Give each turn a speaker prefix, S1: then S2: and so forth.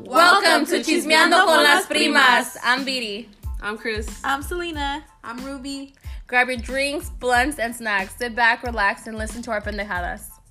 S1: Welcome to Chismeando con las Primas. I'm Biri.
S2: I'm Chris.
S3: I'm Selena.
S2: I'm Ruby.
S1: Grab your drinks, blunts, and snacks. Sit back, relax, and listen to our pendejadas.